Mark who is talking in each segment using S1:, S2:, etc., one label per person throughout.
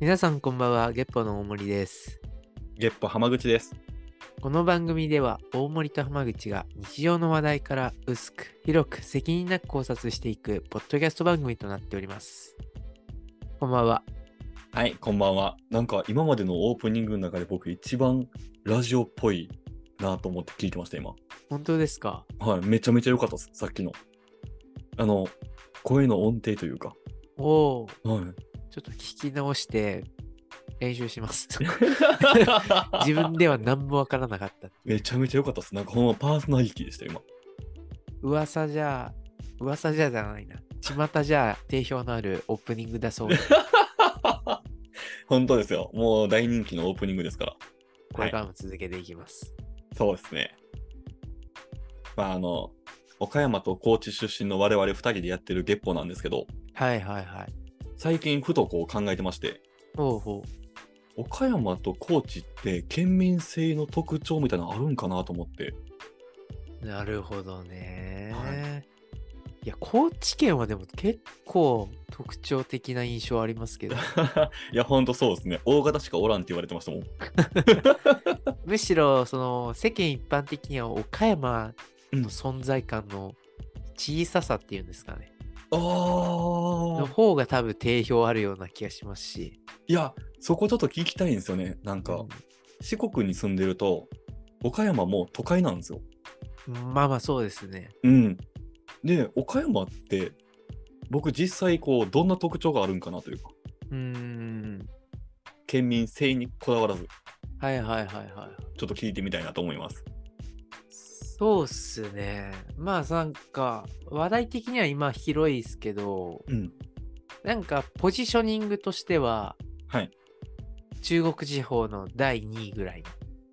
S1: 皆さんこんばんは、月歩の大森です。
S2: 月歩浜口です。
S1: この番組では大森と浜口が日常の話題から薄く広く責任なく考察していくポッドキャスト番組となっております。こんばんは。
S2: はい、こんばんは。なんか今までのオープニングの中で僕一番ラジオっぽいなと思って聞いてました、今。
S1: 本当ですか
S2: はい、めちゃめちゃ良かったです、さっきの。あの、声の音程というか。
S1: おお、
S2: はい。
S1: ちょっと聞き直して練習します。自分では何もわからなかった。
S2: めちゃめちゃ良かったです。なんかほんまパーソナリティでした、今。
S1: 噂じゃ、噂じゃじゃないな。巷じゃ定評のあるオープニングだそうで、
S2: 本当ですよ。もう大人気のオープニングですから。
S1: これからも続けていきます。
S2: そうですね。まあ、あの、岡山と高知出身の我々二人でやってる月歩なんですけど、
S1: はいはいはい。
S2: 最近ふとこう考えてまして、
S1: ほうほう。
S2: 岡山と高知って県民性の特徴みたいなのあるんかなと思って
S1: なるほどね、。
S2: はい
S1: や、高知県はでも結構特徴的な印象ありますけ ど、
S2: いやほんとそうですね大型しかおらんって言われてましたもん
S1: むしろその世間一般的には岡山の存在感の小ささっていうんですかね。の
S2: ああ
S1: 方が多分定評あるような気がしますし。
S2: いやそこちょっと聞きたいんですよねなんか、四国に住んでると岡山も都会なんですよ
S1: うんまあまあそうですね。
S2: うんで岡山って僕実際こうどんな特徴があるんかなというか
S1: うーん。
S2: 県民性にこだわらず
S1: はいはいはいはい。
S2: ちょっと聞いてみたいなと思います
S1: そうっすね。まあなんか話題的には今広いですけど、
S2: うん
S1: なんかポジショニングとしては、
S2: はい
S1: 中国地方の第2位ぐらい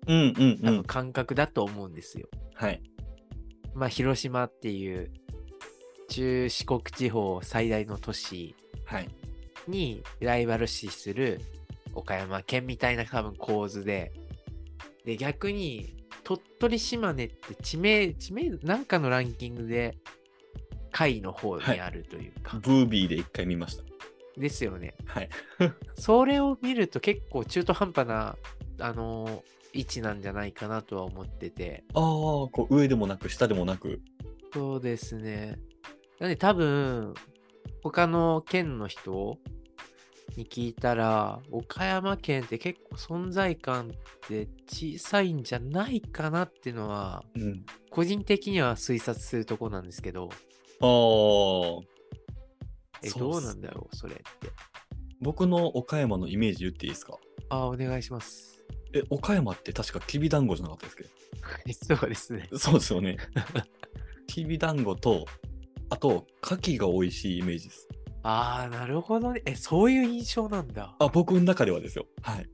S2: うんうんう
S1: の多分
S2: ん
S1: 感覚だと思うんですよ。
S2: はい
S1: まあ広島っていう中四国地方最大の都市
S2: はい
S1: にライバル視する岡山県みたいな多分構図で。で逆に鳥取島根って地名地名なんかのランキングで下位の方にあるというか、
S2: ブービーで一回見ました
S1: ですよね。
S2: はい
S1: それを見ると結構中途半端な、あのー位置なんじゃないかなとは思ってて。
S2: ああ、こう上でもなく下でもなく。
S1: そうですね。なんで多分、他の県の人に聞いたら、岡山県って結構存在感って小さいんじゃないかなっていうのは、
S2: うん。
S1: 個人的には推察するとこなんですけど、
S2: ああ。
S1: え、
S2: そ
S1: ど
S2: っ
S1: う
S2: す
S1: なんだろう、それって。
S2: 僕の岡山のイメージ言っていいですか
S1: あ、お願いします。
S2: え、岡山って確かきびだんごじゃなかったですっ
S1: そうですね。
S2: け そうです よね。きびだんごと、あと、牡蠣が美味しいイメージです。
S1: ああ、なるほどね。え、そういう印象なんだ。
S2: あ、僕の中ではですよ。はい。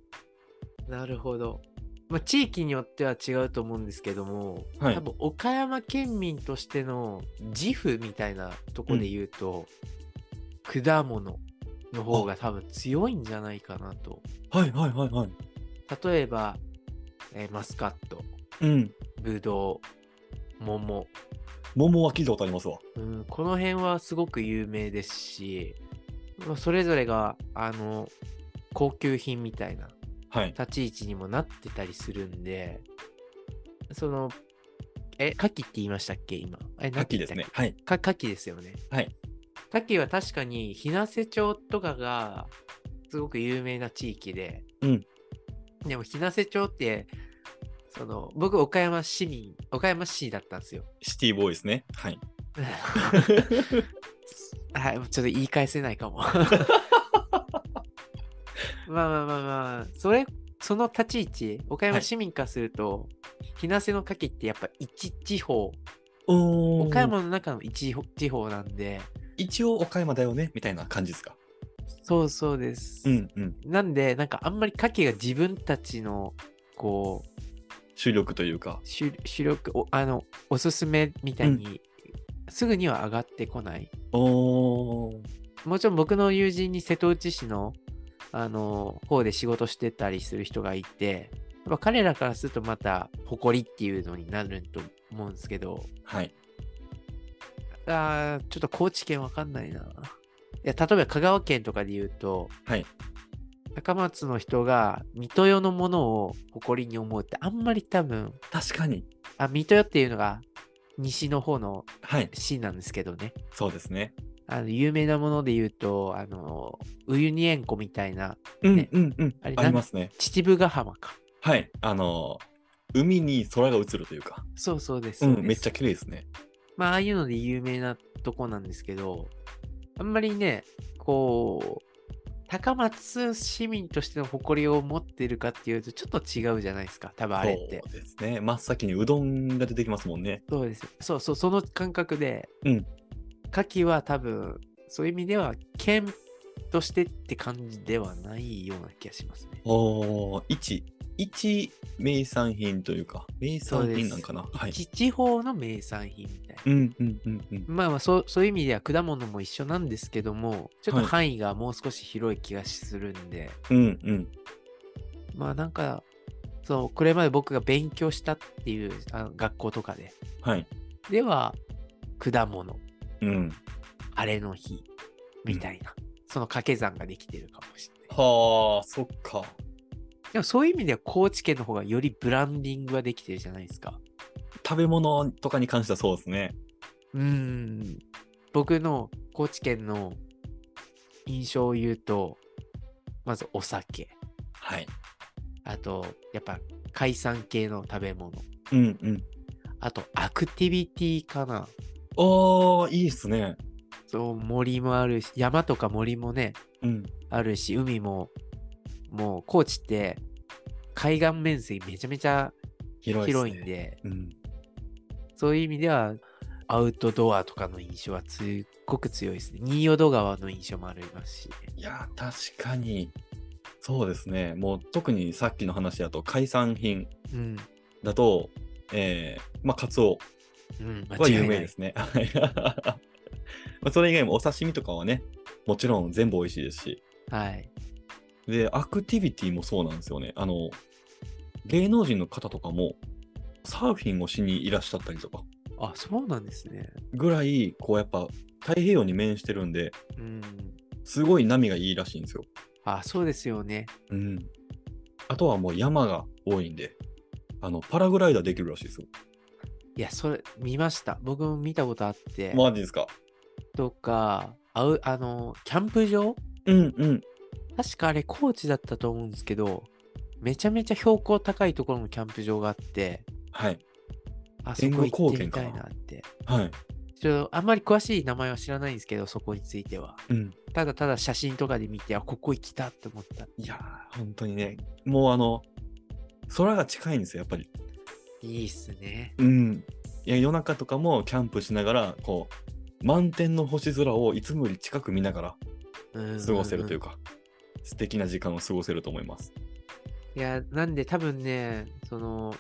S1: なるほど。まあ、地域によっては違うと思うんですけども、
S2: はい
S1: 多分岡山県民としての自負みたいなとこで言うと、果物の方が多分強いんじゃないかなと。
S2: はいはいはいはい。
S1: 例えば、えーマスカット、
S2: うん。
S1: ブドウ、桃、
S2: 桃は聞いたことありますわ。
S1: うん、この辺はすごく有名ですし、まあ、それぞれがあの高級品みたいな
S2: はい。
S1: 立ち位置にもなってたりするんで、その、え、牡蠣って言いましたっけ、今。え、
S2: 牡
S1: 何て言
S2: 蠣で
S1: った
S2: す
S1: っけ
S2: ね。。はい。
S1: か牡蠣ですよね。
S2: はい。
S1: 牡蠣は確かに、日瀬町とかが、すごく有名な地域で、
S2: うん
S1: でも、日瀬町って、その、僕、岡山市民、岡山市だったんですよ。
S2: シティボーイですね。はい。
S1: はい、ちょっと言い返せないか も。まあまあまあまあ、それ、その立ち位置、岡山市民からすると、日生の牡蠣ってやっぱ一地方、
S2: お
S1: 岡。山の中の一地方なんで、
S2: 一応岡山だよね、みたいな感じですか。
S1: そうそうです。
S2: うんうん。
S1: なんで、なんかあんまり牡蠣が自分たちの、こう、
S2: 主力というか。
S1: 主主力お、あの、おすすめみたいに、すぐには上がってこない。
S2: おー。
S1: もちろん僕の友人に瀬戸内市の、あの、方で仕事してたりする人がいて、やっぱ彼らからするとまた誇りっていうのになると思うんですけど、
S2: はい。
S1: あーちょっと高知県わかんないな。いや、例えば香川県とかで言うと、
S2: はい。
S1: 高松の人が水戸代のものを誇りに思うってあんまり多分
S2: 確かに。
S1: あ水戸代っていうのが西の方の
S2: はい。
S1: 市なんですけどね
S2: そうですね。
S1: あの有名なもので言うとあのウユニ塩湖みたいな
S2: うん
S1: ね
S2: うんうん。
S1: あれ
S2: ありますね。
S1: 秩父ヶ浜か
S2: はい。あのー、海に空が映るというか。
S1: そうそうです
S2: う
S1: そうです
S2: ん、めっちゃ綺麗ですね。
S1: まあああいうので有名なとこなんですけどあんまりねこう高松市民としての誇りを持ってるかっていうとちょっと違うじゃないですか多分あれって
S2: そうですね。真っ先にうどんが出てきますもんね。
S1: そうですそうそうその感覚で、
S2: うん
S1: 牡蠣は多分そういう意味では県としてって感じではないような気がしますね
S2: おー、一、一名産品というか、名産品なんかな。はい。
S1: 一地方の名産品みたいな
S2: うんうんうんうん。
S1: まあまあそうそういう意味では果物も一緒なんですけどもちょっ
S2: はい
S1: と範囲がもう少し広い気がするんで、
S2: うんうん。
S1: まあなんかそうこれまで僕が勉強したっていうあの学校とかで
S2: はい。
S1: では果物
S2: うん。
S1: 晴れの日みたいな、その掛け算ができてるかもしれない
S2: はあ、そっか。
S1: でもそういう意味では高知県の方がよりブランディングができてるじゃないですか
S2: 食べ物とかに関してはそうですね。
S1: うーん僕の高知県の印象を言うとまずお酒
S2: はい。
S1: あとやっぱ海産系の食べ物
S2: うんうん。
S1: あとアクティビティかな
S2: おー、いいっすね。
S1: そう森もあるし山とか森もね
S2: うん。
S1: あるし海ももう高知って海岸面積めちゃめちゃ
S2: 広いっすね
S1: 広いんで。
S2: うん。
S1: そういう意味ではアウトドアとかの印象はすっごく強いですね新淀川の印象もありますし
S2: いやー、確かに。そうですね。もう特にさっきの話だと、海産品
S1: うん
S2: だと、えー、まあ、カツオ
S1: うん間
S2: は
S1: 違
S2: 有
S1: いな
S2: 名
S1: い
S2: ですね。 はい。まあそれ以外もお刺身とかはね、もちろん全部美味しいですし。
S1: はい
S2: で、アクティビティもそうなんですよね。あの、芸能人の方とかも、サーフィンをしにいらっしゃったりとか、
S1: あそうなんですね
S2: ぐらい、こうやっぱ、太平洋に面してるんで、
S1: うん
S2: すごい波がいいらしいんですよ。
S1: あそうですよね
S2: うん。あとはもう山が多いんで、あの、パラグライダーできるらしいですよ。
S1: いやそれ見ました僕も見たことあって、
S2: マジですか
S1: とかあうあのキャンプ場
S2: うんうん。
S1: 確かあれ高知だったと思うんですけどめちゃめちゃ標高高いところのキャンプ場があって
S2: はい。
S1: あそこ行ってみたいなって
S2: はい。
S1: ちょっとあんまり詳しい名前は知らないんですけどそこについては
S2: うん。
S1: ただただ写真とかで見てあここ行きたって思った
S2: いやー、本当にね、もうあの、空が近いんですよ、やっぱり。
S1: いいっすね
S2: うん。いや、夜中とかもキャンプしながら、こう、満天の星空をいつもより近く見ながら過
S1: 過
S2: ごせるという
S1: か
S2: か、素敵な時間を過ごせると思います。
S1: いやなんで多分ねその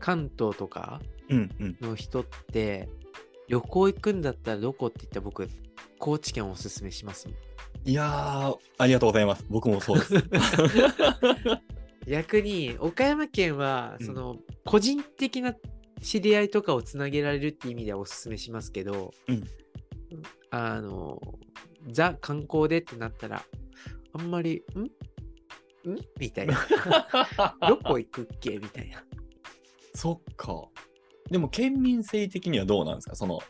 S1: 関東とか
S2: うんうん。
S1: の人って旅行行くんだったらどこって言ったら僕高知県おすすめしますもん
S2: いやー、ありがとうございます。僕もそうです。
S1: 逆に岡山県は
S2: うん
S1: その個人的な知り合いとかをつなげられるっていう意味ではおすすめしますけど、
S2: うん
S1: あのザ観光でってなったらあんまり「んん?」みたい などこ行くっけみたいな、
S2: そっか。でも県民性的にはどうなんですかその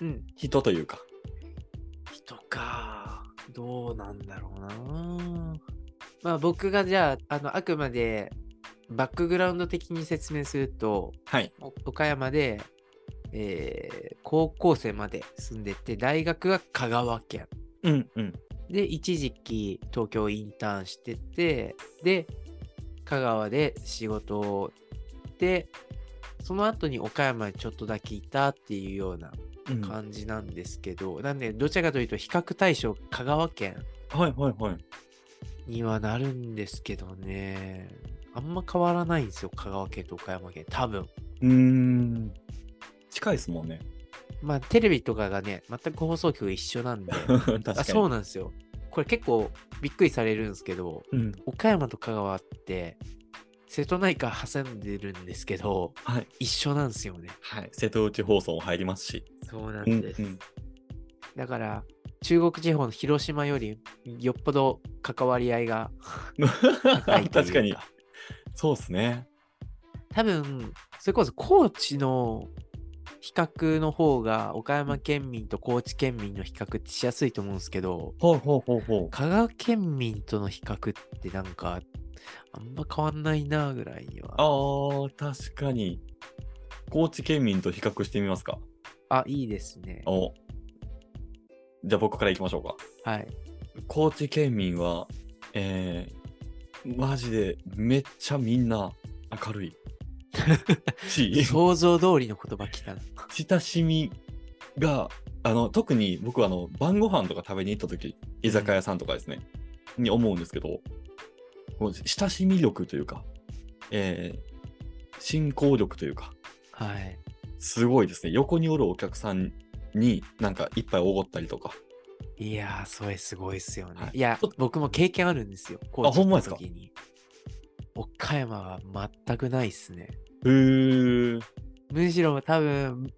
S1: うん、
S2: 人というか。
S1: 人かどうなんだろうなまあ僕がじゃああのあくまでバックグラウンド的に説明すると
S2: はい。
S1: お岡山で、えー高校生まで住んでて大学が香川県
S2: うんうん。
S1: で一時期東京インターンしててで香川で仕事をでその後に岡山にちょっとだけいたっていうような
S2: うん、はい
S1: 感じなんですけど、なんでどちらかというと比較対象香川県
S2: はいはい。
S1: にはなるんですけどねあんま変わらないんですよ香川県と岡山県多分
S2: うーん。近いですもんね。
S1: まあテレビとかがね全く放送局一緒なんで
S2: 確かに。
S1: あそうなんですよこれ結構びっくりされるんですけど
S2: うん。
S1: 岡山と香川って瀬戸内海挟んでるんですけど
S2: はい。
S1: 一緒なんですよね
S2: はい。瀬戸内放送も入りますし。
S1: そうな
S2: うんん
S1: です、
S2: うん。
S1: だから中国地方の広島よりよっぽど関わり合いがないという
S2: 確かに。そうですね。
S1: 多分それこそ高知の比較の方が岡山県民と高知県民の比較ってしやすいと思うんですけど
S2: ほうほうほうほ
S1: 香川県民との比較ってなんかあんま変わんないなぐらいには
S2: う。ああ、確かに。高知県民と比較してみますか。
S1: あいいですね
S2: おじゃあ僕からいきましょうか。
S1: はい
S2: 高知県民は、えー、マジでめっちゃみんな明 るいし
S1: 想像通りの言葉来たな
S2: 親しみがあの特に僕はあの晩ご飯とか食べに行った時居酒屋さんとかですね、に思うんですけどこう親しみ力というか、えー信仰力というか
S1: はい
S2: すごいですね横におるお客さんになんか一杯おごったりとか
S1: いやーそれすごいっすよね、
S2: はい
S1: い、や
S2: ちょっと
S1: 僕も経験あるんですよ高
S2: ほ
S1: 知
S2: んま
S1: の
S2: ですか
S1: 時に岡山は全くないっすね
S2: へー
S1: むしろ多分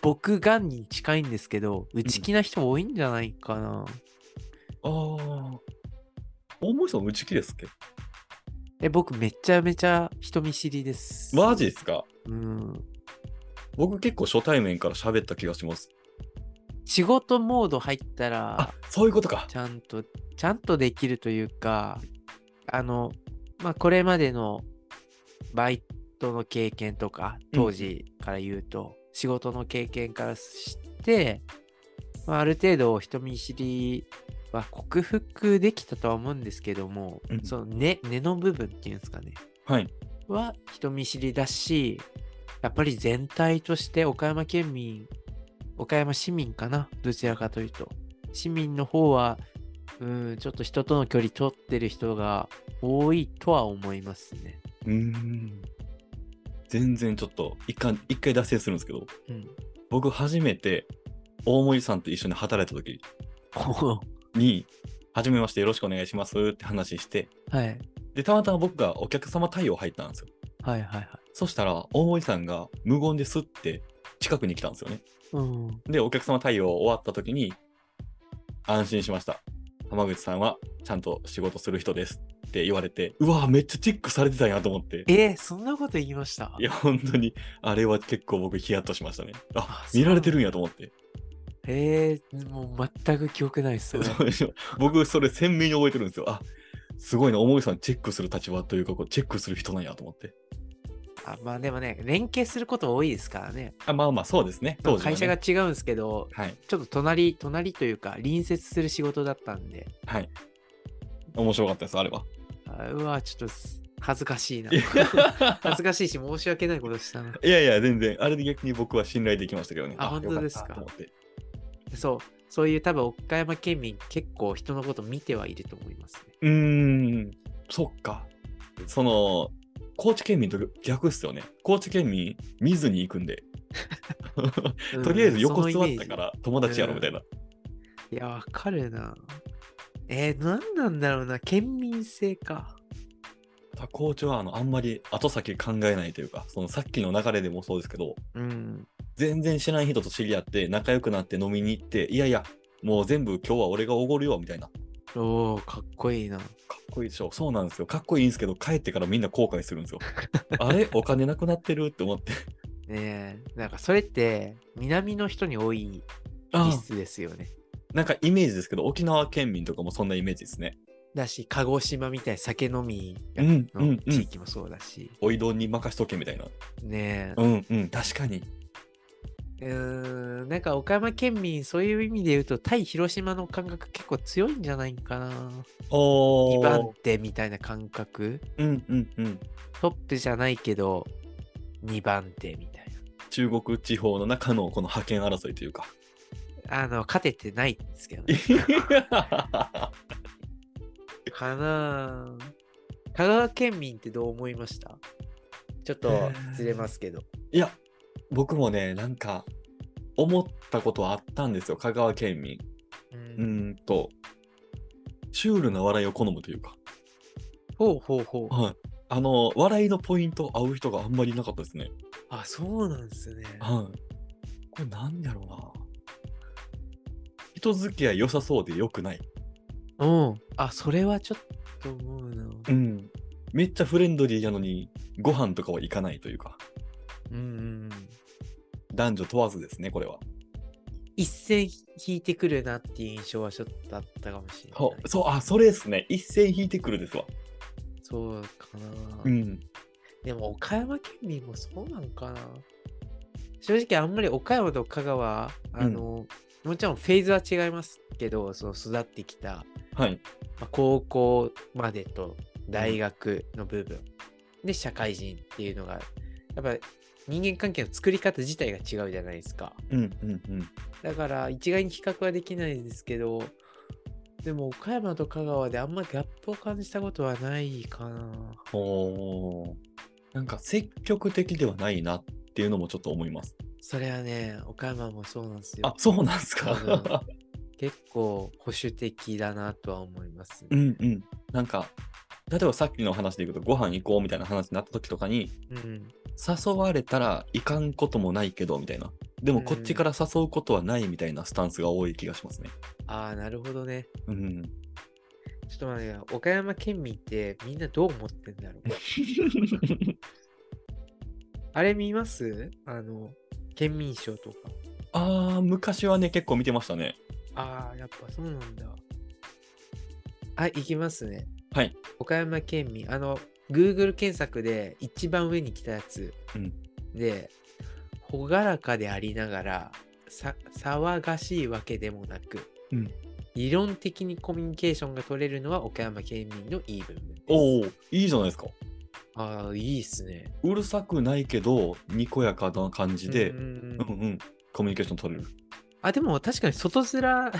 S1: 僕がんに近いんですけど内気な人多いんじゃないかな、
S2: ああ大森さん打ち切りですっけ
S1: え僕めちゃめちゃ人見知りです
S2: マジですか
S1: うん
S2: 僕結構初対面から喋った気がします。
S1: 仕事モード入ったら
S2: あそういうことか。
S1: ちゃんとちゃんとできるというかあのまあこれまでのバイトの経験とか
S2: うん
S1: 当時から言うと、仕事の経験からして、まあ、ある程度人見知りは克服できたとは思うんですけども、
S2: うん
S1: その根根の部分っていうんですかね
S2: はい。
S1: は人見知りだしやっぱり全体として岡山県民岡山市民かなどちらかというと市民の方はうんちょっと人との距離取ってる人が多いとは思いますね。
S2: うーん。全然ちょっと一回、一回脱線するんですけど、
S1: うん、
S2: 僕初めて大森さんと一緒に働いた時に、はじめましてよろしくお願いしますって話して、
S1: はい
S2: で、たまたま僕がお客様対応入ったんですよ。
S1: はいはいはい。
S2: そしたら、大森さんが無言ですって近くに来たんですよね。
S1: うん、
S2: で、お客様対応終わった時に、安心しました。浜口さんはちゃんと仕事する人ですって言われて、うわめっちゃチェックされてたんやと思って。
S1: えそんなこと言いました
S2: いや、本当に、あれは結構僕ヒヤッとしましたね。あ
S1: あ、そう
S2: 見られてるんやと思って。
S1: えー、もう全く記憶ないっ すそれ
S2: そうでしょ 僕、それ鮮明に覚えてるんですよ。あ、すごいな、重いさんチェックする立場というか、こうチェックする人なんやと思って。
S1: あまあでもね連携すること多いですからね
S2: あまあまあ、そうですね。当時は
S1: 会
S2: ね
S1: 社が。違うんですけど
S2: はい。
S1: ちょっと隣、隣というか、隣接する仕事だったんで、
S2: はい。面白かったです、あ れは。
S1: あうわ、ちょっとす恥ずかしいな。
S2: い
S1: 恥ずかしいし、申し訳ないことしたな。
S2: いやいや、全然。あれで逆に僕は信頼できましたけどね。
S1: あ本当
S2: よった
S1: ですか
S2: と思って
S1: そう、そういう多分、岡山県民、結構人のこと見てはいると思いますね。
S2: うーん、そっか。その、高知県民と逆っすよね。高知県民、見ずに行くん で。
S1: うん
S2: とりあえず横座ったか。
S1: そのイメー
S2: ら友達やろみたいな。
S1: ジいや、わかるな。えー、何なんだろうな、県民性か。
S2: 校長はあのあんまり後先考えないというか、そのさっきの流れでもそうですけど、
S1: うん。
S2: 全然知らない人と知り合って仲良くなって飲みに行って、いやいや、もう全部今日は俺がおごるよみたいな。か
S1: おおかっこいいな。
S2: っこいいでしょ。そうなんですよ。かっこいいんですけど、帰ってからみんな後悔するん ですよ。あれお金なくなってるって思って。
S1: ねえ、なんかそれって、南の人に多い
S2: あ
S1: 気
S2: ー
S1: 質ですよね。
S2: なんかイメージですけど、沖縄県民とかもそんなイメージですね。
S1: だし、鹿児島みたいに酒飲みが
S2: うん、う
S1: の
S2: ん、う
S1: 地
S2: ん。
S1: 域もそうだし、
S2: おいどんに任しとけみたいな。
S1: ね
S2: うん、うん、確かに。
S1: えうーんなんか岡山県民そういう意味で言うと対広島の感覚結構強いんじゃないかな
S2: お
S1: 2番
S2: ー。
S1: 手みたいな感覚
S2: うん、うん、うん。
S1: トップじゃないけど2番手みたい
S2: 中国地方の中のこの覇権争いというか。
S1: なあの勝ててないんですけどねかなあ香川県民ってどう思いましたちょっとずれますけど
S2: いや、僕もね、なんか、思ったことはあったんですよ、香川県民。
S1: う
S2: うんーんと、シュールな笑いを好むというか、
S1: ほうほうほう
S2: はい。あの、笑いのポイント合う人があんまりいなかったですね。
S1: あそうなんですね
S2: はい。これなんやろうな。人付き合い良さそうで良くない。
S1: うん。あ、それはちょっと思うな。
S2: うん。めっちゃフレンドリーなのに、ご飯とかは行かないというか、
S1: うんうんうん。
S2: 男女問わずですね、これは。
S1: 一線引いてくるなっていう印象はちょっとあったかもしれない。
S2: そう、そうあ、それですね。一線引いてくるですわ。
S1: そうかな、
S2: うん。
S1: でも岡山県民もそうなんかな。正直あんまり岡山と香川、あの、もちろんフェーズは違いますけど、その育ってきた、
S2: はい。
S1: まあ高校までと大学の部分、で社会人っていうのが、やっぱ人間関係の作り方自体が違うじゃないですか。
S2: うんうんうん。
S1: だから一概に比較はできないですけど、でも岡山と香川であんまギャップを感じたことはないかな。
S2: おーなんか積極的ではないなっていうのもちょっと思います。
S1: それはね、岡山もそうなんですよ
S2: あ、。そうなんです
S1: 多
S2: か。
S1: 結構保守的だなとは思います、
S2: うんうん。なんか、例えばさっきの話でいくと、ご飯行こうみたいな話になった時とかに、
S1: うん。
S2: 誘われたらいかんこともないけどみたいな。でもこっちから誘うことはないみたいなスタンスが多い気がしますね。
S1: ああ、なるほどね。
S2: うん。
S1: ちょっと待ってよ、岡山県民ってみんなどう思ってんだ ろうあれ見ますあの、県民賞とか。
S2: ああ、昔はね、結構見てましたね。
S1: ああ、やっぱそうなんだ。あ、いきますね。
S2: はい。
S1: 岡山県民、あの、Google 検索で一番上に来たやつ。
S2: うん
S1: で、朗らかでありながら、さ騒がしいわけでもなく、
S2: うん
S1: 理論的にコミュニケーションが取れるのは岡山県民のいい部分です。
S2: おお、いいじゃないですか。
S1: ああ、いいっすね。
S2: うるさくないけど、にこやかな感じで、
S1: う
S2: うんん
S1: うん
S2: う
S1: うん
S2: ん、コミュニケーション取れる。
S1: あ、でも確かに外面、
S2: そ
S1: 外面、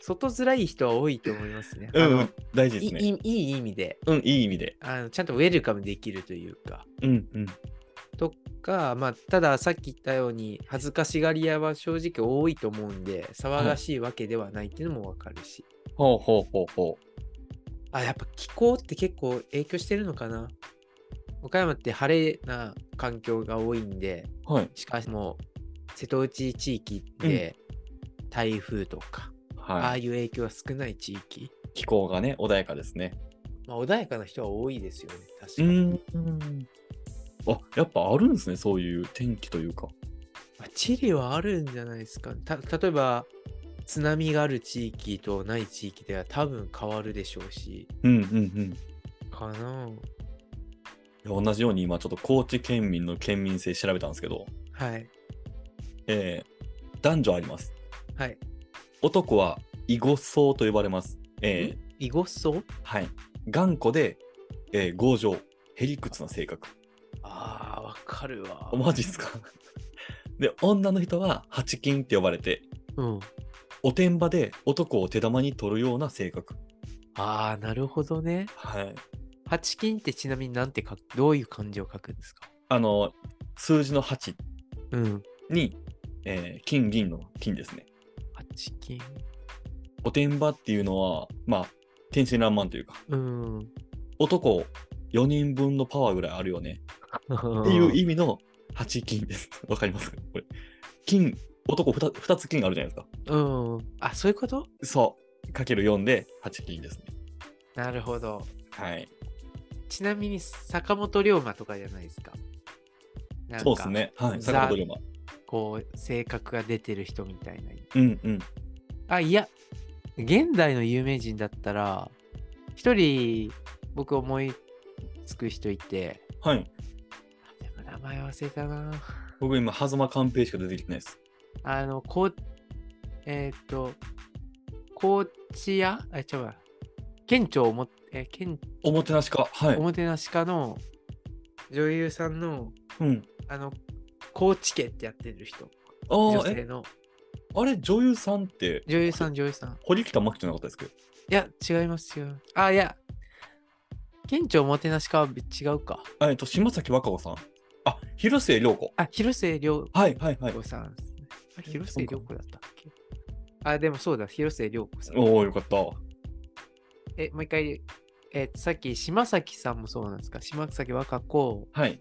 S1: 外面いい人は多いと思いますね。
S2: う
S1: あ
S2: ん、う
S1: の
S2: ん、大事で
S1: い
S2: すね。
S1: いいい意味で
S2: うん、いい意味で。
S1: あのちゃんとウェルカムできるというか
S2: うん、うん。
S1: とか、まあ、たださっき言ったように恥ずかしがり屋は正直多いと思うんで騒がしいわけではないっていうのもわかるし、
S2: ほうほうほうほ
S1: あやっぱ気候って結構影響してるのかな岡山って晴れな環境が多いんで
S2: う。はい。
S1: しかも瀬戸内地域って台風とか、あ
S2: は
S1: あ
S2: い。
S1: いう影響が少ない地域、
S2: 気候がね、穏やかですね。
S1: まあ、穏やかな人は多いですよね確か
S2: う
S1: に、
S2: ん。あ、やっぱあるんですね、そういう天気というか。
S1: まあ地理はあるんじゃないですか。た例えば津波がある地域とない地域では多分変わるでしょうし、
S2: うん、うん、
S1: かなぁ
S2: うん。同じように今ちょっと高知県民の県民性調べたんですけど、
S1: はい。
S2: えー、男女あります。
S1: はい。
S2: 男は囲碁僧と呼ばれます。えー、
S1: 囲碁層
S2: はい。頑固で、えー、強情、へりくつな性格。
S1: ああ、わかるわ
S2: あマジっす かで、女の人は、八金って呼ばれて、
S1: うん。
S2: おてんばで男を手玉に取るような性格。
S1: ああ、なるほどね。
S2: はい。
S1: 八金ってちなみになんて書く、どういう漢字を書くんですか
S2: あの、数字の8
S1: うん。
S2: に、えー金銀の金ですね。
S1: 八金。
S2: おてんばっていうのは、まあ、天真爛漫というか、
S1: うん。っ
S2: 男4人分のパワーぐらいあるよね。っていう意味の八金です。 わかりますかこれ。金、男 2, 二つ金あるじゃないですか。
S1: うん。あ、そういうこと
S2: そう。かける4で八金ですね。
S1: なるほど。
S2: はい。
S1: ちなみに坂本龍馬とかじゃないですか。なんか
S2: そうです。ね。はい。
S1: ザ
S2: 坂本龍馬。
S1: こう、性格が出てる人みたいな。
S2: うんうん。
S1: あ、いや、現代の有名人だったら、一人僕思いつく人いて、
S2: はい。
S1: でも名前忘れたな。
S2: 僕今、狭間寛平しか出てきてないです。
S1: あの、こう、えーっ、と、高知屋あ、ちょ、待って県庁おも、え、県、
S2: おもてなしか。はい
S1: お。もてなし課の女優さんの、
S2: うん。
S1: あの、高知家ってやってる人、
S2: あ
S1: 女
S2: あ、
S1: 性
S2: え、
S1: の、
S2: あれ、女優さんって、
S1: 女優さん、女優さん。
S2: 堀北真希じゃなかったですけど。
S1: いや、違いますよ。あ、いや、県庁おもてなし課は違うか。
S2: あえっと、島崎和歌子さん。あ、広末涼子。
S1: あ、広末涼
S2: はいはいはい。
S1: 子さんですね。あ
S2: え
S1: 広末涼子だったっけあ、でもそうだ、広末涼子さん。
S2: おおよかった。
S1: え、もう一回、えーさっき島崎さんもそうなんですか島崎和歌子、
S2: はい。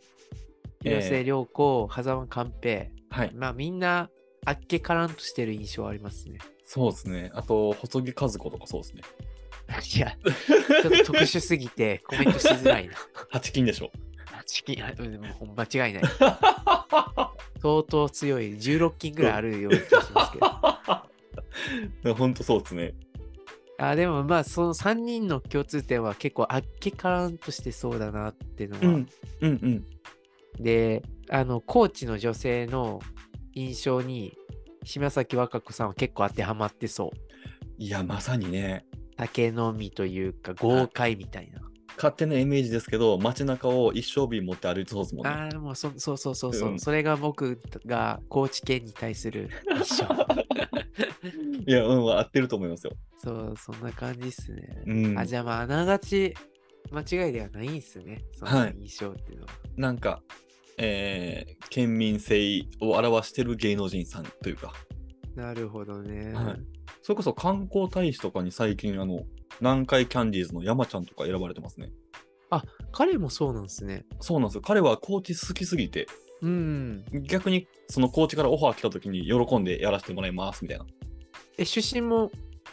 S2: えー
S1: 広末涼子、狭間寛平。
S2: はい。
S1: まあみんなあっけからんとしてる印象はありますね。
S2: そうですね。あと、細木和子とかそうですね。
S1: いや、ちょっと特殊すぎてコメントしづらいな。
S2: 八金でしょ。
S1: チキン、あうんもう間 違いない。相当強い、16金ぐらいあるような気がしますけど。
S2: 本当そうですね。
S1: あでもまあ、その3人の共通点は結構あっけからんとしてそうだなっていうのは。
S2: うん。うんうん。
S1: で、あの、コーチの女性の印象に、島崎和歌子さんは結構当てはまってそう。
S2: いや、まさにね、
S1: 酒飲みというか、豪快みたいな。
S2: 勝手なイメージですけど、街中を一生瓶持って歩いてそうですもんね。
S1: ああ、もうそそうそうそうそう、
S2: うん
S1: それが僕が高知県に対する 印象。
S2: いや、うん、合ってると思いますよ。
S1: そう、そんな感じっすね。
S2: うん。
S1: あ、じゃあまあ、あながち間違いではないんすね。そ
S2: は
S1: の
S2: い
S1: 印象っていうのは。
S2: なんか、えー県民性を表してる芸能人さんというか、
S1: なるほどね。
S2: はいそれこそ観光大使とかに最近、あの、南海キャンディーズの山ちゃんとか選ばれてますね。
S1: 彼もそうなんですね。
S2: そうなんですよ。彼は高知好きすぎて、
S1: うん。
S2: 逆にその高知からオファー来た時に喜んでやらせてもらいますみたいな。
S1: え、出身も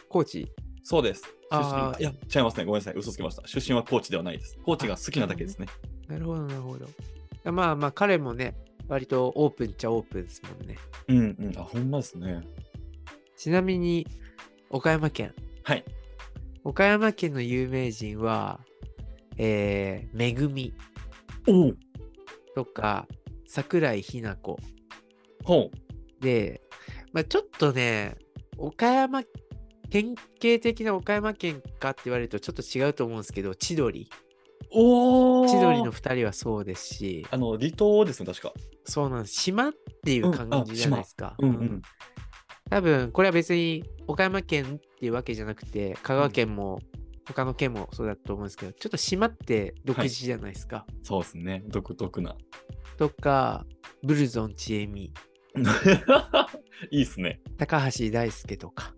S1: 高知
S2: そうです。出身
S1: あー
S2: いや、違いますね。ごめんなさい。嘘つきました。出身は高知ではないです。高知が好きなだけですね。
S1: なるほど、なるほど。まあまあ、彼もね、割とオープンっちゃオープンですもんね。
S2: うんうん。あ、ほんまですね。
S1: ちなみに、岡山県。
S2: はい。
S1: 岡山県の有名人は、えー、めぐみ
S2: お
S1: とか、桜井日奈子。
S2: ほ
S1: で、まあ、ちょっとね、岡山、典型的な岡山県かって言われるとちょっと違うと思うんですけど、千鳥。
S2: う。お
S1: 千鳥の2人はそうですし、
S2: あの、離島ですね、確か。
S1: そうなんです。島っていう感じじゃないですか。
S2: うんう
S1: うん
S2: ん。
S1: 多分、これは別に岡山県っていうわけじゃなくて、香川県も、他の県もそうだと思うんですけど、ちょっと島って独自じゃないですか。
S2: そうですね。独特 な。
S1: とか、ブルゾンちえみ、
S2: いいっすね。
S1: 高橋大輔とか、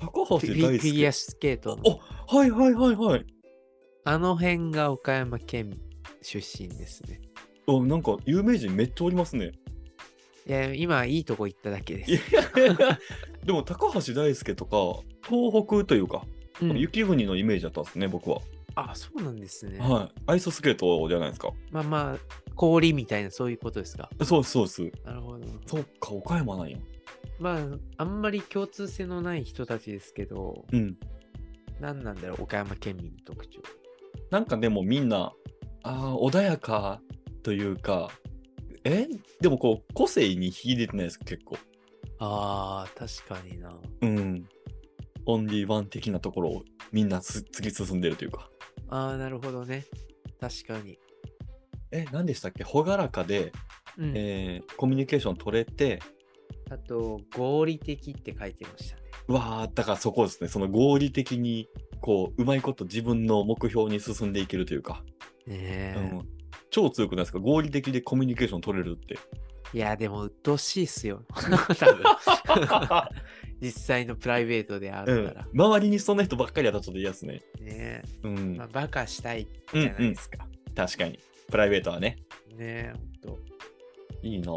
S2: 高
S1: フ
S2: 橋
S1: ィ
S2: 大
S1: フィギュ
S2: 輔。
S1: アスケートの
S2: おはいはいはいはい。
S1: あの辺が岡山県出身ですね。
S2: おなんか有名人めっちゃおりますね。
S1: いや、今いいとこ行っただけ
S2: い
S1: で
S2: や
S1: す。
S2: でも高橋大輔とか東北というか、
S1: うん
S2: 雪国のイメージだったんですね僕は、
S1: あ、そうなんですね。
S2: はいアイススケートじゃないですか
S1: まあまあ、氷みたいなそういうことですか。
S2: そうですそうです
S1: なるほど。
S2: そうか岡山なんや
S1: まあ、あんまり共通性のない人たちですけど、
S2: うん
S1: 何なんだろう、岡山県民の特徴。
S2: なんかでもみんなあー穏やかというかえでもこう個性に秀でてないですか結構
S1: ああ、確かにな。
S2: うんオンリーワン的なところをみんなす突き進んでるというか
S1: ああ、なるほどね。確かに。
S2: え何でしたっけ朗らかで、
S1: うん。
S2: えーコミュニケーション取れて
S1: あと、合理的って書いてましたね。
S2: わあだからそこですねその合理的にこううまいこと自分の目標に進んでいけるというか、
S1: ね
S2: う
S1: え。
S2: ん、超強くないですか合理的でコミュニケーション取れるって
S1: いや、でも、鬱陶しいっす よ。多分実際のプライベートであ
S2: う
S1: る
S2: ん
S1: から、
S2: 周りにそんな人ばっかりやったらちょっと嫌ですね、
S1: ね、
S2: うん
S1: まあ、バカしたい
S2: うん
S1: じゃな
S2: う
S1: い
S2: ん
S1: ですか、
S2: 確かにプライベートはね
S1: ね本
S2: いいなあ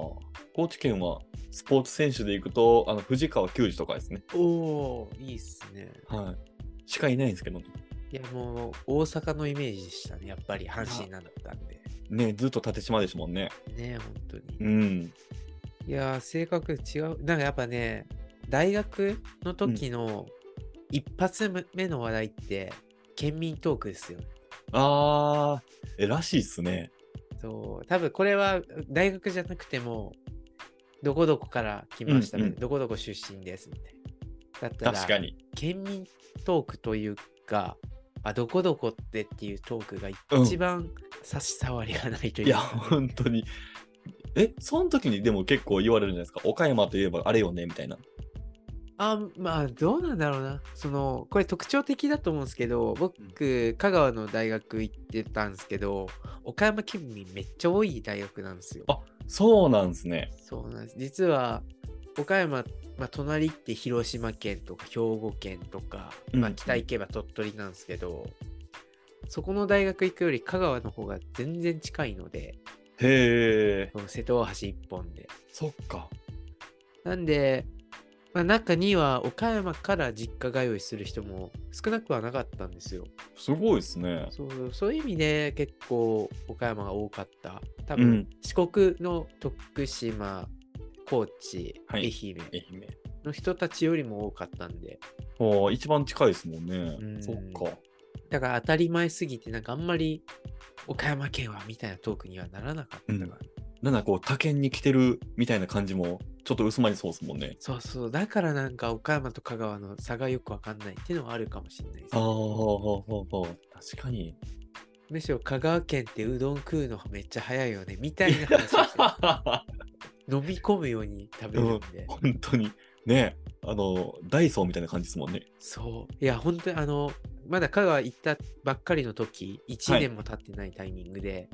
S2: 高知県はスポーツ選手で行くとあの藤川球児とかですね
S1: 当おおいいっすね
S2: はいしかいないんですけどね
S1: いやもう大阪のイメージでしたねやっぱり阪神なんだったんで
S2: ねずっと縦島ですもんね
S1: ね本当に、
S2: うん
S1: いやー性格違うなんかやっぱね大学の時の一発目の話題って県民トークですよね
S2: あーえらしいっすね
S1: そう多分これは大学じゃなくてもどこどこから来ましたね、
S2: うんうん
S1: どこどこ出身ですみたいなだったら
S2: 確かに
S1: 県民トークというか、あ、どこどこってっていうトークが
S2: うん
S1: 一番差し障りがないとい
S2: いうや、
S1: か、
S2: 本当に。え、その時にでも結構言われるんじゃないですか。岡山といえばあれよね、みたいな。
S1: あ、まあ、どうなんだろうな。その、これ特徴的だと思うんですけど、僕、香川の大学行ってたんですけど、岡山県民めっちゃ多い大学なんですよ。
S2: あそうなんですね。
S1: そうなんです。実は、岡山、まあ、隣って広島県とか兵庫県とか、ま
S2: う
S1: あ、
S2: ん
S1: 北行けば鳥取なんですけど、そこの大学行くより香川の方が全然近いので、
S2: へえ、
S1: その瀬戸大橋一本で。
S2: そっか。
S1: なんで、まあ、中には岡山から実家通いする人も少なくはなかったんですよ。
S2: すごいですね。
S1: そうそういう意味で結構岡山が多かった。多
S2: う
S1: 分
S2: ん
S1: 四国の徳島、高知、
S2: はい
S1: 愛媛
S2: 愛媛。
S1: の人たちよりも多かったんで、
S2: ああ、一番近いですもんね。
S1: うん
S2: そっか。
S1: だから当たり前すぎてなんかあんまり岡山県はみたいなトークにはならなかったから、
S2: うんなんだこう、他県に来てるみたいな感じも、ちょっと薄まりそうですもんね。
S1: そうそうだからなんか岡山と香川の差がよくわかんないっていうのはあるかもしれないです
S2: ああ、ああ、ああ、ああ確かに。
S1: むしろ香川県ってうどん食うのめっちゃ早いよねみたいな話を してる飲み込むように食べるんで、
S2: 本当に。ねあの、ダイソーみたいな感じですもんね。
S1: そういや本当にあのまだ香川行ったばっかりの時1年も経ってないタイミングで、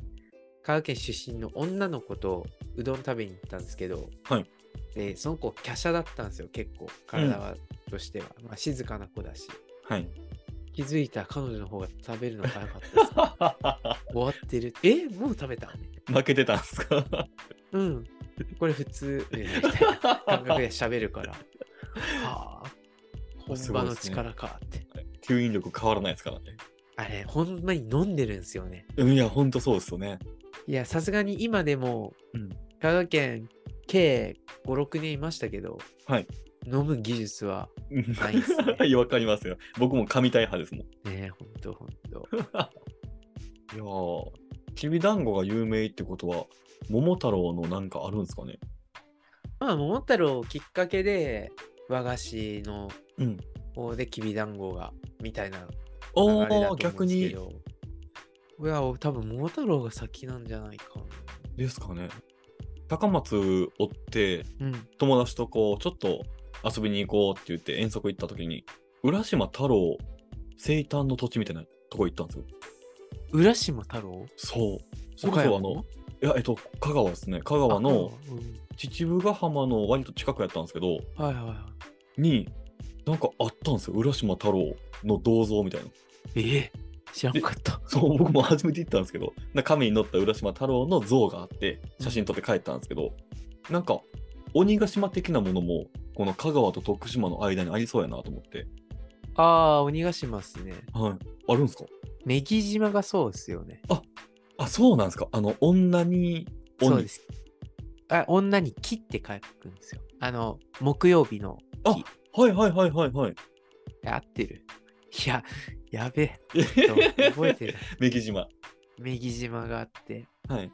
S1: 香川県出身の女の子とうどん食べに行ったんですけど、
S2: はい
S1: でその子華奢だったんですよ結構体は、としては、まあ、静かな子だし
S2: はい。
S1: 気づいたら彼女の方が食べるのが早かったです終わってるえもう食べたみたいな
S2: 負けてたんです か
S1: うんこれ普 通みたいな感覚で喋る からはあ本
S2: すご
S1: 場
S2: い
S1: の
S2: ですね
S1: 力かって、
S2: 吸引力変わらないですからね。
S1: あれほんまに飲んでるんですよね
S2: うんいや、本当そうですよね。
S1: いや、さすがに今でも、
S2: うん
S1: 香川県計5、6年いましたけど、
S2: はい
S1: 飲む技術は、ないっす
S2: うんわかりますよ。僕も神対派ですもん。
S1: ね、ほんとほんと。
S2: いやー、きびだんごが有名ってことは、桃太郎のなんかあるんですかね
S1: まあ、桃太郎をきっかけで、和菓子の
S2: うん。
S1: 方できびだんごが、みたいな
S2: お
S1: 流れだと思うん
S2: ー、逆
S1: ですけ
S2: に
S1: ど。いや、多分桃太郎が先なんじゃないか
S2: ですかね。高松おって、
S1: な。うん。
S2: 友達とこう、ちょっと遊びに行こうって言って遠足行った時に、浦島太郎生誕の土地みたいなとこ行ったんですよ。
S1: 浦島太郎
S2: そう。それこそあの、いや、えっと、香川ですね。香
S1: 岡
S2: 川
S1: 山
S2: の
S1: うん
S2: 秩父ヶ浜の割と近くやったんですけど、
S1: はいはいは
S2: に、なんかあったんですよ。浦島太郎の銅像みたいな。
S1: い。ええ知らんかった。
S2: そう、僕も初めて行ったんですけど、なんか紙に乗った浦島太郎の像があって、写真撮って帰ったんですけど、なんか、鬼ヶ島的なものも、この香川と徳島の間にありそうやなと思って、
S1: ああ、鬼ヶ島っすね。
S2: はい。あるんですか
S1: メギ島がそうですよね。
S2: あ、そうなんですかあの、女に、鬼
S1: そうです。あ女に木って書くんですよ。あの、木曜日の木。
S2: はいはいはいはいはい。
S1: あ合ってる。いや、やべえ。ちょっと覚えて る。
S2: メキ島。
S1: 女木島があって。
S2: はい。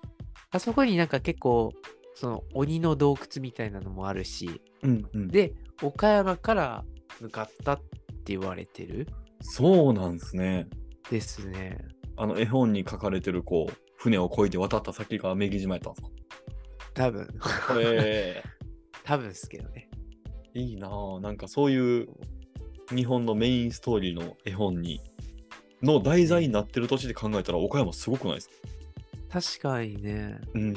S1: あそこになんか結構、その鬼の洞窟みたいなのもあるし、
S2: うんうん。
S1: で、岡山から向かったって言われてる
S2: そうなんですね。
S1: ですね。
S2: あの絵本に書かれてるこう船をこいで渡った先が女木島やったんです
S1: 多分、
S2: か。へえ
S1: 多分ですけどね。
S2: いいなあなんかそういう日本のメインストーリーの絵本にの題材になってる年で考えたら岡山すごくないですか。
S1: 確かにね。
S2: うん。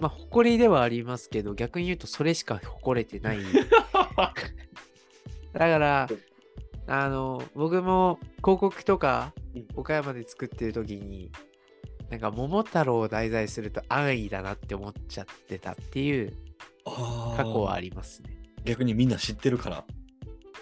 S1: まあ、誇りではありますけど、逆に言うとそれしか誇れて ない。だから、あの、僕も広告とか
S2: うん
S1: 岡山で作ってる時に、なんか桃太郎を題材すると安易だなって思っちゃってたっていう
S2: ああ。
S1: 過去はありますね。
S2: 逆にみんな知ってるから。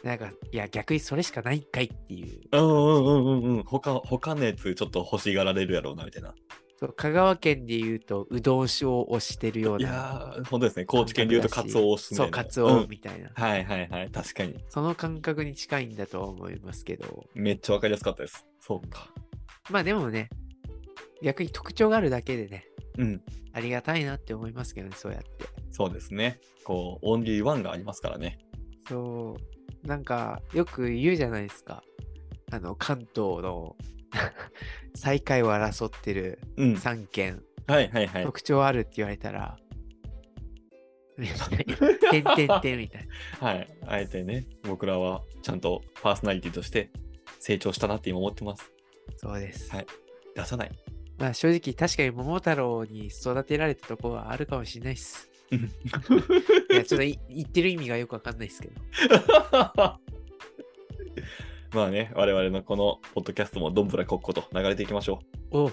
S1: なんか、いや、逆にそれしかないんかいっていう。
S2: うんうんうんうんうん。他他のやつちょっと欲しがられるやろうなみたいな。
S1: そう香川県で言うと、うどん酒を推してるよう
S2: い
S1: な。
S2: やー本当ですね。高知県でいうとカツオをす
S1: そう、カツ
S2: う
S1: オ
S2: ん
S1: みたいな。
S2: はいはいはい。確かに。
S1: その感覚に近いんだとは思いますけど。
S2: めっちゃわかりやすかったです。そうか。
S1: まあでもね、逆に特徴があるだけでね、
S2: うん。
S1: ありがたいなって思いますけどね、そうやって。
S2: そうですね。こう、オンリーワンがありますからね。
S1: そう、なんかよく言うじゃないですか。あの、関東の 最下位を争ってる
S2: うん。
S1: 3県、
S2: はいはいはい。
S1: 特徴あるって言われた ら、みたいなてんてんてんみたいな。
S2: はい。あえてね、僕らはちゃんとパーソナリティとして成長したなって今思ってます。
S1: そうです。
S2: はい出さない。
S1: まあ正直、確かに桃太郎に育てられたとこはあるかもしれないです。
S2: うん
S1: いや、ちょっとい言ってる意味がよくわかんないですけど。
S2: まあね、我々のこのポッドキャストもどんぶらこっこと流れていきましょ
S1: おう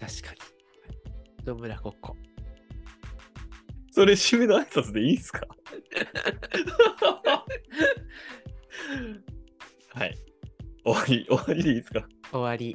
S1: 確かに。どんぶらこっこ。
S2: それ締めの挨拶でいいんすかはい。終わり、終わりでいいですか
S1: 終わり。